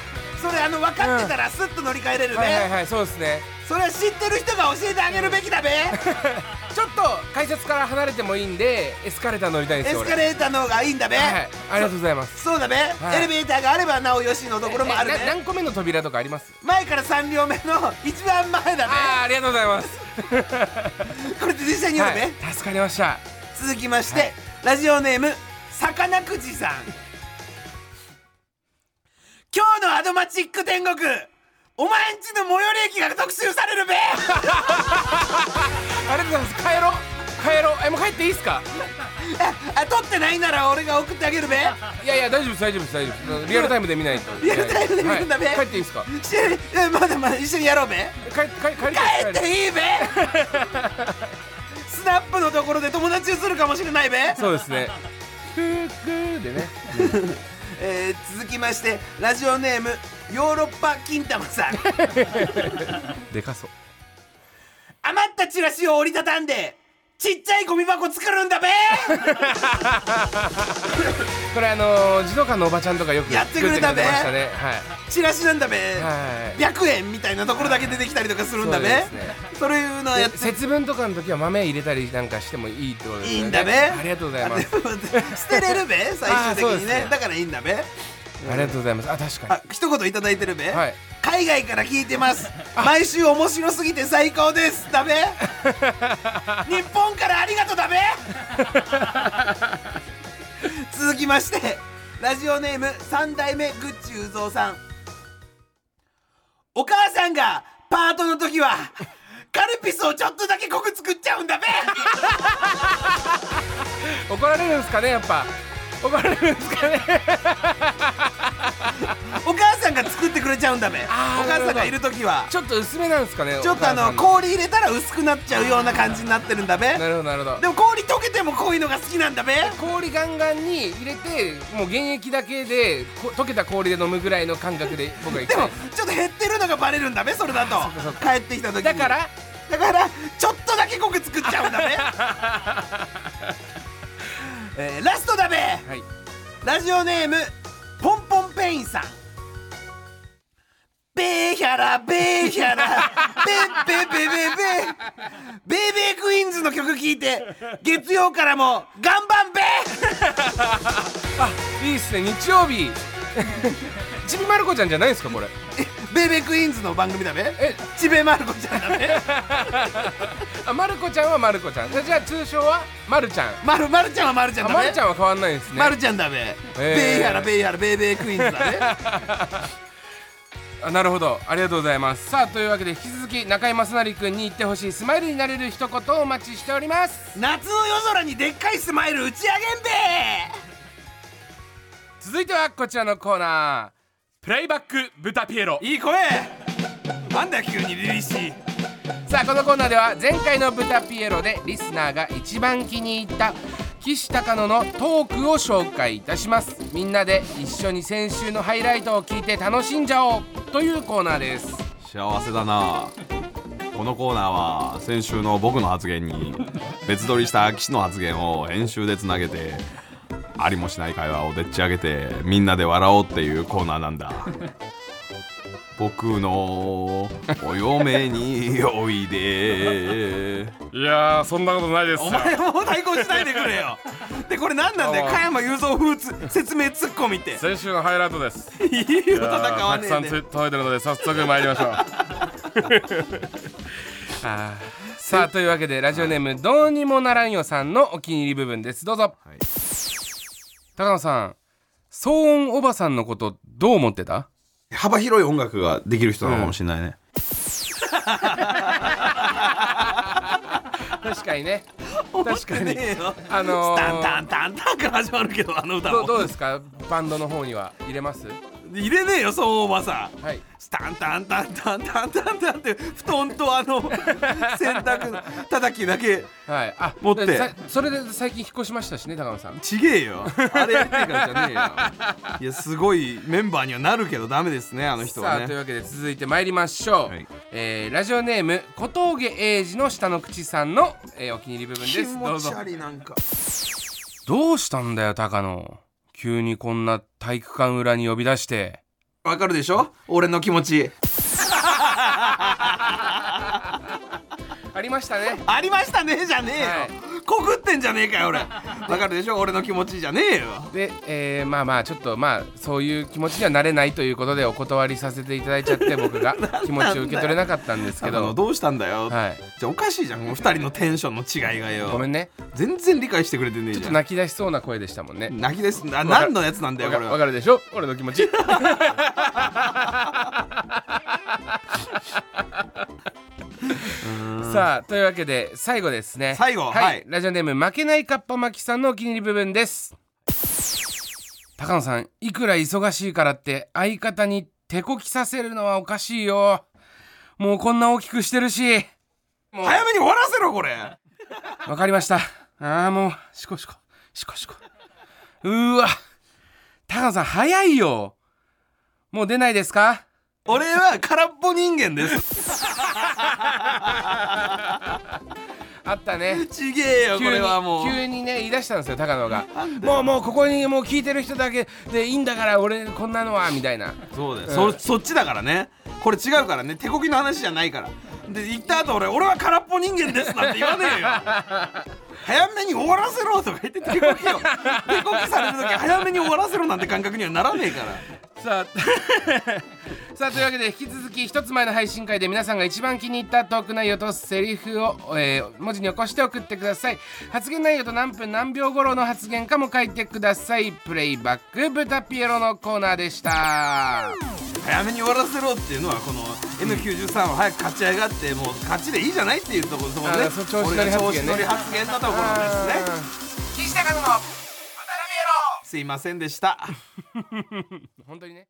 それあの分かってたらスッと乗り換えれるべ、はいはいはいそうですねそれは知ってる人が教えてあげるべ きだべちょっと改札から離れてもいいんでエスカレーター乗りたいんでエすよス俺カレーターの方がいいんだべ、はいありがとうございますそうだべ、いエレベーターがあればなおよしのところもあるべえな何個目の扉とかあります前から3両目の 一番前だあーありがとうございます、べこれで実際に言うだべ、はい、助かりました続きまして、ラジオネームさかなくじさん今日のアドマチック天国お前んち の最寄り駅が特集されるべありがとうございます帰ろう帰帰ろうえもう帰っていいっすかあ取ってないなら俺が送ってあげるべいやいや大丈夫です大丈夫です大丈夫ですリアルタイムで見ないとリアルタイムで見るんだねはい帰っていいっすか一緒にえまだまだ一緒にやろうべ帰帰帰り帰たっいです帰りたいていいべスナップのところで友達にするかもしれないべそうですねグーグーでねえー続きましてラジオネームヨーロッパ金玉さんでかそう余ったチラシを折りたたんでちっちゃいゴミ箱作るんだべこれあのー、児童館のおばちゃんとかよくやってくれた作ねってましたねは チラシなんだべ、いはい白円みたいなところだけ出てきたりとかするんだべそうですねそういうのやっでて節分とかの時は豆入れたりなんかしてもいいってことですねいいんだべありがとうございます 捨てれるべ最終あーそうで的にすねねだからいいんだべありがとうございますあ確かあ一言いただいてるべ、はい海外から聞いてます毎週面白すぎて最高ですだべ 日本からありがとうだべ続きましてラジオネーム三代目グッチうぞうさんお母さんがパートの時はカルピスをちょっとだけ濃く作っちゃうんだべに怒られるんすかねやっぱ怒られるんすかねお母さんが作ってくれちゃうんだべおあー母さんがいる時はちょっと薄めなんすかねちょっとあお母さのん氷入れたら薄くなっちゃうような感じになってるんだべなるほどなるほどでも氷溶けても濃いのが好きなんだべ氷ガンガンに入れてもう原液だけでこ溶けた氷で飲むぐらいの感覚で僕は行きでたもいちょっと減ってるのがバレるんだべそれだと帰ってきた時にだからだからちょっとだけ濃く作っちゃうんだべ えーラストだべはいラジオネームポンポンペインさんベーヒャラベーヒ ャラベーベーベーベーベーベーベークイーンズの曲聴いて月曜からも頑張んべいいっすね日曜日 ちびまる子ちゃんじゃないですかこれベーベークイーンズの番組だべえちべまる子ちゃんだべあまる子ちゃんはまる子ちゃんじゃあ通称はまるちゃんまるまるちゃんはまるちゃんあだべまるちゃんは変わんないんですねまるちゃんだべ、ベーヒャラベーヒャラベーベークイーンズだべ あなるほどありがとうございますさあというわけで引き続き中居正成君に言ってほしいスマイルになれる一言をお待ちしております夏の夜空にでっかいスマイル打ち上げんべ続いてはこちらのコーナープレイバック豚ピエロいい声なんだよ急にリリーシーさあこのコーナーでは前回の「豚ピエロ」でリスナーが一番気に入った岸高野のトークを紹介いたしますみんなで一緒に先週のハイライトを聞いて楽しんじゃおうというコーナーです幸せだなこのコーナーは先週の僕の発言に別撮りした岸の発言を編集でつなげてありもしない会話をでっち上げてみんなで笑おうっていうコーナーなんだ僕のお嫁においでいやそんなことないですお前も対抗しないでくれよでこれ何なんだよあ加山雄三風つ説明ツッコミって先週のハイライトですいいよ戦わねえで届いてるので早速参りま しょうさあというわけでラジオネームどうにもならんよさんのお気に入り部分ですどうぞ、高野さん騒音おばさんのことどう思ってた幅広い音楽ができる人なのかもしれないね、確かにね確かにあのータンタンタンタンから始まるけどあの歌どもどうですかバンドの方には入れます入れねえよそうおばさんはいタンタンタンタンタンタンタンって布団とあの洗濯の叩きだけはいあ持ってでさそれで最近引っ越しましたしね高野さんちげえよあれやってからじゃねえよいやすごいメンバーにはなるけどダメですねあの人さはあというねわけで続いて参りましょう、はいえーラジオネーム小峠英二の下の口さんの、えーお気に入り部分気ですど持うちぞ悪いなんかどうしたんだよ高野急にこんな体育館裏に呼び出してわかるでしょ俺の気持ちありましたねありましたねじゃねえよ、はいこぐってんじゃねえかよ俺わかるでしょ俺の気持ちじゃねえよで、えーまあまあちょっとまあそういう気持ちにはなれないということでお断りさせていただいちゃって僕が 気持ちを受け取れなかったんですけけどどどうしたんだよ、はいじゃあおかしいじゃんこの2人のテンションの違いがよごめんね全然理解してくれてねえちょっじゃとん泣き出しそうな声でしたもんね泣きですなかる何のやつなんだよわかこれわはかるでしょ俺の気持 ちさあというわけで最後ですね最後はい、はいラジオネーム負けないかっぱ巻きさんのお気に入り部分です高野さんいくら忙しいからって相方に手こきさせるのはおかしいよもうこんな大きくしてるし早めに終わらせろこれわかりましたああもうシコシコシコシコうーわ高野さん早いよもう出ないですか俺は空っぽ人間 ですあったねちげえよこ急にれはもう急にね言い出したんですよ高野がもうもうここにもう聞いてる人だけでいいんだから俺こんなのはみたいなそうだよ、そそっちだからねこれ違うからね手こきの話じゃないからで行った後俺俺は空っぽ人間ですなんて言わね えよ早めに終わらせろとか言って手こきを手こきされる時早めに終わらせろなんて感覚にはならねえからさあ さあというわけで引き続き一つ前の配信会で皆さんが一番気に入ったトーク内容とセリフを、えー文字に起こして送ってください発言内容と何分何秒頃の発言かも書いてくださいプレイバック豚ピエロのコーナーでした早めに終わらせろっていうのはこの N93 を早く勝ち上がってもう勝ちでいいじゃないっていうところところあねーそう調子乗り俺が発言ね調子乗り発言のところですね岸高野の豚ピすいませんでしたエロ本当にね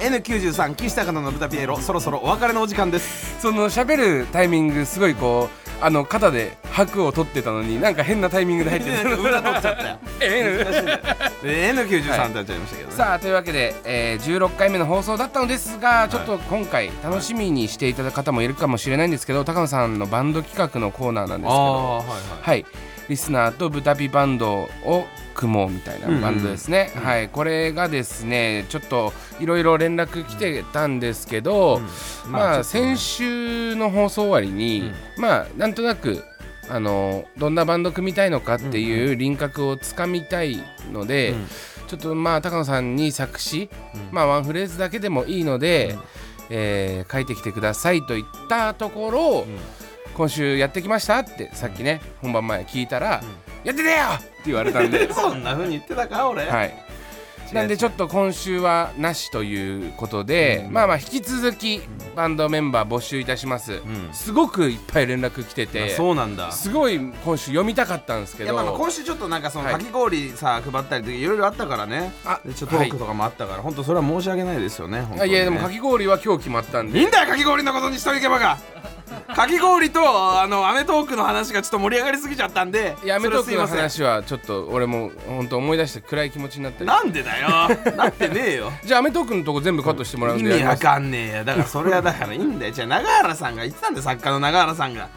N93 岸高野の豚ピエロそろそろお別れのお時間ですその喋るタイミングすごいこうあの肩で拍を取ってたのになんか変なタイミングで入ってる 裏取っちゃったよで N93 ってなっちゃいましたけどね、、さあというわけで、えー16回目の放送だったのですがちょっと今回楽しみにしていただく方もいるかもしれないんですけど高野さんのバンド企画のコーナーなんですけどはいはいはいリスナーと豚ピバンドを組もうみたいなバンドですね、はいこれがですねちょっといろいろ連絡来てたんですけど、まあ、先週の放送終わりに、まあなんとなくあのどんなバンド組みたいのかっていう輪郭をつかみたいので、ちょっとまあ高野さんに作詞、まあワンフレーズだけでもいいので、えー書いてきてくださいと言ったところ、今週やってきましたってさっきね、本番前聞いたら、やってねえよって言われたんで そんな風に言ってたか俺、はい、なんでちょっと今週はなしということで、まあまあ引き続きバンドメンバー募集いたします、すごくいっぱい連絡来ててそうなんだすごい今週読みたかったんですけいやどまあまあ今週ちょっとなんかそのはいかき氷さ配ったりとかいろいろあったからね、あでちょっとトークとかもあったから、本当それは申し訳ないですよね本当あにいねやでもかき氷は今日決まったんでいいんだよかき氷のことにしといけばがかき氷とあのアメトークの話がちょっと盛り上がりすぎちゃったんでやめとくのそれはすい話はちょっと俺も本当思い出して暗い気持ちになったりませんなんでだよなってねえよじゃあアメトークのとこ全部カットしてもらうん意でや味りまわすかんねえよだからそれはだからいいん だよじゃあ永原さんが言ってたんだよ作家の永原さんが、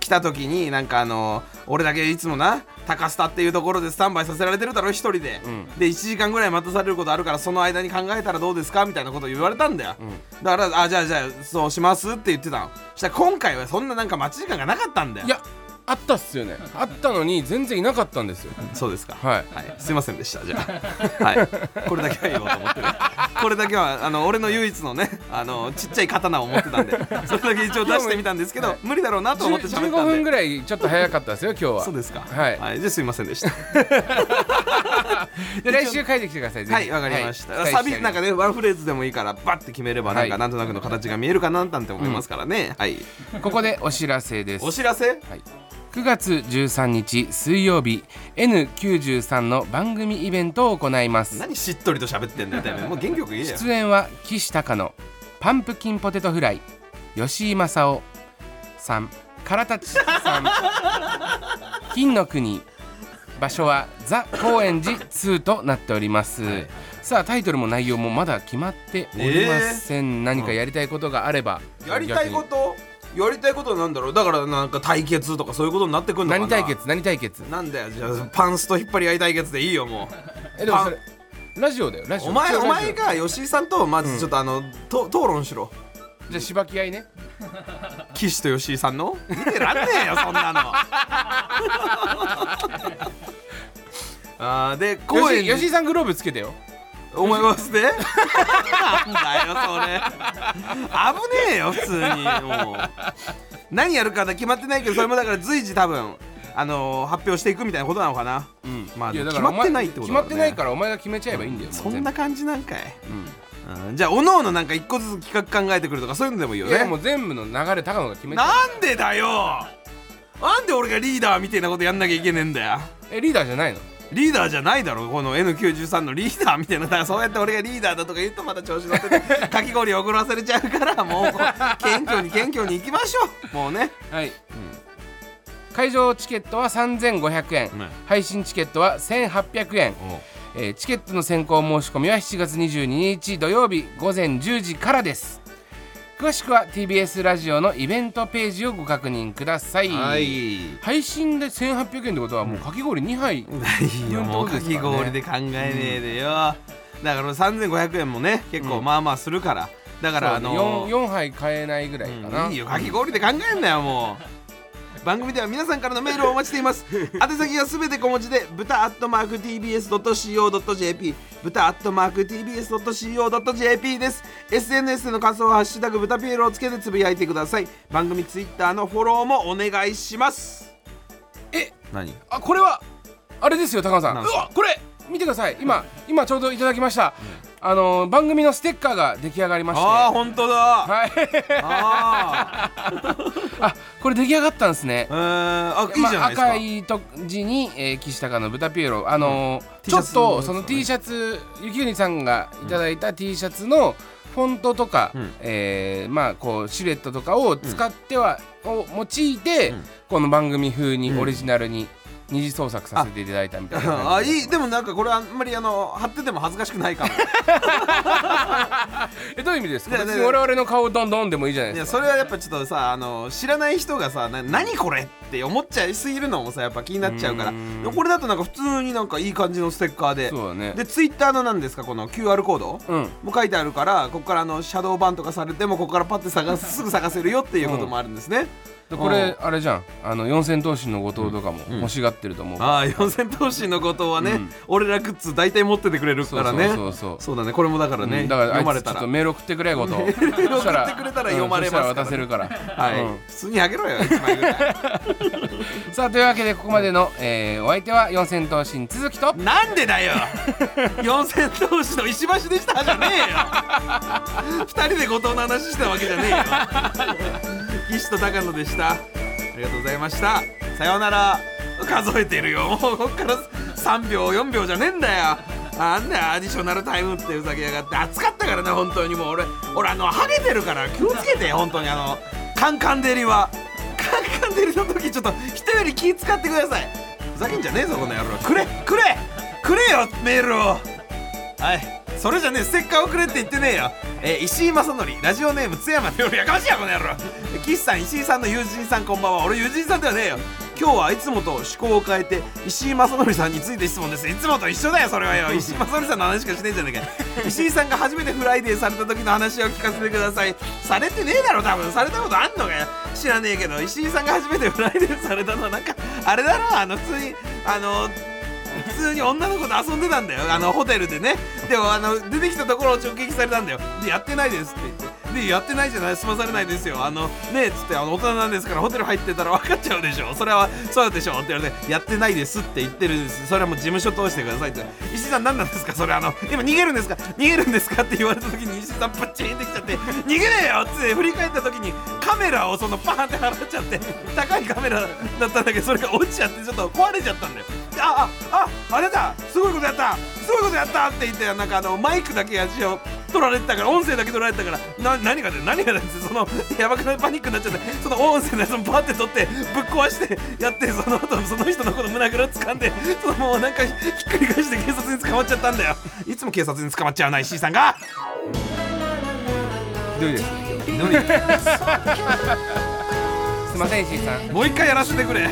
来た時になんかあの俺だけいつもな高須田っていうところでスタンバイさせられてるだろ一人で、で1時間ぐらい待たされることあるからその間に考えたらどうですかみたいなこと言われたんだよ、だからあじゃあじゃあそうしますって言ってたのそしたら今回はそんななんか待ち時間がなかったんだよいやあったっすよねあったのに全然いなかったんですよそうですかはいはい、すいませんでしたじゃあ、はい、これだけは言おうと思ってるこれだけはあの俺の唯一のねあのちっちゃい刀を持ってたんでそれだけ一応出してみたんですけど無理だろうなと思って15喋ったん分でぐらいちょっと早かったですよ今日はそうですかはいはい、じゃあすいませんでしたで来週書いてきてくださいぜひはいわかりました、はいサビなんかねワンフレーズでもいいからバッて決めればなんか、はいなんとなくの形が見えるかななんて思いますからね、はいここでお知らせですお知らせはい、9月13日水曜日 N93 の番組イベントを行います何しっとりと喋って んだよてめえもう原曲言えよ出演は岸隆乃パンプキンポテトフライ吉井正夫さんからたちさん 金の国場所はザ・高円寺2となっております、さあタイトルも内容もまだ決まっておりません、何かやりたいことがあれば、やりたい逆こにとやりたいことなんだろうだからなんか対決とかそういうことになってくるのかな何対決何対決なんだよじゃあパンスと引っ張り合い対決でいいよもえでもそれラジオだよラジう オお前ラジおオ前が吉井さんとまずちょっとあの、と討論しろじゃあしばき合いね岸と吉井さんの見てらんねえ よそんなのあーで公吉園に井吉井さんグローブつけてよお前はすねなんだよそれ危ねえよ普通にもう何やるか決まってないけどそれもだから随時多分あのー発表していくみたいなことなのかなうんまあいやだ決からまおっ前てないってこと決だまねってないからお前が決めちゃえばいいんだよもうそん全部な感じなんかい、うんうん、じゃあおのおのなんか一個ずつ企画考えてくるとかそういうのでもいいよいやねもう全部の流れ高野が決めてなんでだよなんで俺がリーダーみたいなことやんなきゃいけねえんだよえリーダーじゃないのリーダーじゃないだろこの N93 のリーダーみたいなだからそうやって俺がリーダーだとか言うとまた調子乗 っててかき氷怒らされちゃうからもう謙虚に謙虚に行きましょうもうねはい、会場チケットは3500円、ね配信チケットは1800円、えーチケットの先行申し込みは7月22日土曜日午前10時からです詳しくは TBS ラジオのイベントページをご確認ください、はい配信で1800円ってことはもうかき氷2杯、いよもうかき氷で考えねえでよ、だから3500円もね結構まあまあするから、だからあの 4, 4杯買えないぐらいかな、うんいいよかき氷で考えんなよもう番組では皆さんからのメールをお待ちしています宛先はすべて小文字で豚アットマーク TBS.CO.JP 豚アットマーク TBS.CO.JP です SNS での感想は「ハッシュタグ豚ピエロ」をつけてつぶやいてください番組ツイッターのフォローもお願いしますえ何あこれはあれですよ高野さんなんうすかわこれ見てください今今ちょうどいただきました、あの番組のステッカーが出来上がりましてああ本当だはい ああこれ出来上がったんですねー、えー、あいいじゃないですか、まあ、赤いと字に、えー、岸高の豚ピエロあのーち T シょャっツのとそのやつだね T シャツゆきうにさんがいただいた T シャツのフォントとか、うんえーまあこうシルエットとかを使っては、を用いて、この番組風にオリジナルに二次創作させていただいたみたいな感じ あいいでもなんかこれあんまりあの貼ってても恥ずかしくないかもえどういう意味ですかいや別いやに我々の顔をどんどんでもいいじゃないいでやすそれはやっぱちょっとさあの知らない人がさな何これって思っちゃいすぎるのもさやっぱ気になっちゃうからうーんいやこれだとなんか普通になんかいい感じのステッカーでかそうだねでツイッターのなんですかこの QR コードうんも書いてあるからここからあのシャドーバンとかされてもここからパッて探すすぐ探せるよっていうこともあるんですね、でこれあれじゃんあの四千頭身の後藤とかも欲しがってると思う、ああ四千頭身のことはね、うん俺らグッズ大体持っててくれるそうかそらうねそうそうそうだねこれもだからね、うんだからあ読まいれつちょたっらとメール送ってくれ ごとメール送ってくれたら読まれますから渡せるからはい、うん普通にあげろよ1枚ぐらいさあというわけでここまでの、えーお相手は四千頭身続きとなんでだよ四千頭身の石橋でしたじゃねえよ二人で後藤の話したわけじゃねえよ岸と高野でしたありがとうございましたさようなら数えてるよもうこっから3秒4秒じゃねえんだよあんだよアディショナルタイムってふざけやがって暑かったからね本当にもう俺俺あのハゲてるから気をつけて本当にあのカンカン照りはカンカン照りの時ちょっと人より気使ってくださいふざけんじゃねえぞこの野郎くれくれくれよメールをはいそれじゃねえステッカーをくれって言ってねえよ、えー石井正則ラジオネーム津山よりやかましいやこの野郎岸さん石井さんの友人さんこんばんは俺友人さんではねえよ今日はいつもと趣向を変えて石井正則さんについて質問ですいつもと一緒だよそれはよ石井正則さんの話しかしねえじゃねえか石井さんが初めてフライデーされた時の話を聞かせてくださいされてねえだろ多分されたことあんのかよ知らねえけど石井さんが初めてフライデーされたのはなんかあれだろあの普通にあの普通に女の子と遊んでたんだよあのホテルでねでもあの出てきたところを直撃されたんだよでやってないですって言ってでやってないじゃない済まされないですよあのねえっつってあの大人なんですからホテル入ってたら分かっちゃうでしょそれはそうでしょって言われてやってないですって言ってるんですそれはもう事務所通してくださいって石井さん何なんですかそれあの今逃げるんですか逃げるんですかって言われた時に石井さんプッチンってきちゃって逃げねえよって振り返った時にカメラをそのパーンって払っちゃって高いカメラだったんだけどそれが落ちちゃってちょっと壊れちゃったんだよああああれだすごいことやったすごいことやったって言ってなんかあのマイクだけ味を取られてたから音声だけ取られてたからな何がだよ何がだよってそのやばくないパニックになっちゃってその音声のやつもパッて取ってぶっ壊してやってその後その人のこの胸ぐら掴んでそのもうなんかひっくり返して警察に捕まっちゃったんだよいつも警察に捕まっちゃうな石井さんがどうですすいません石井さんもう一回やらせてくれ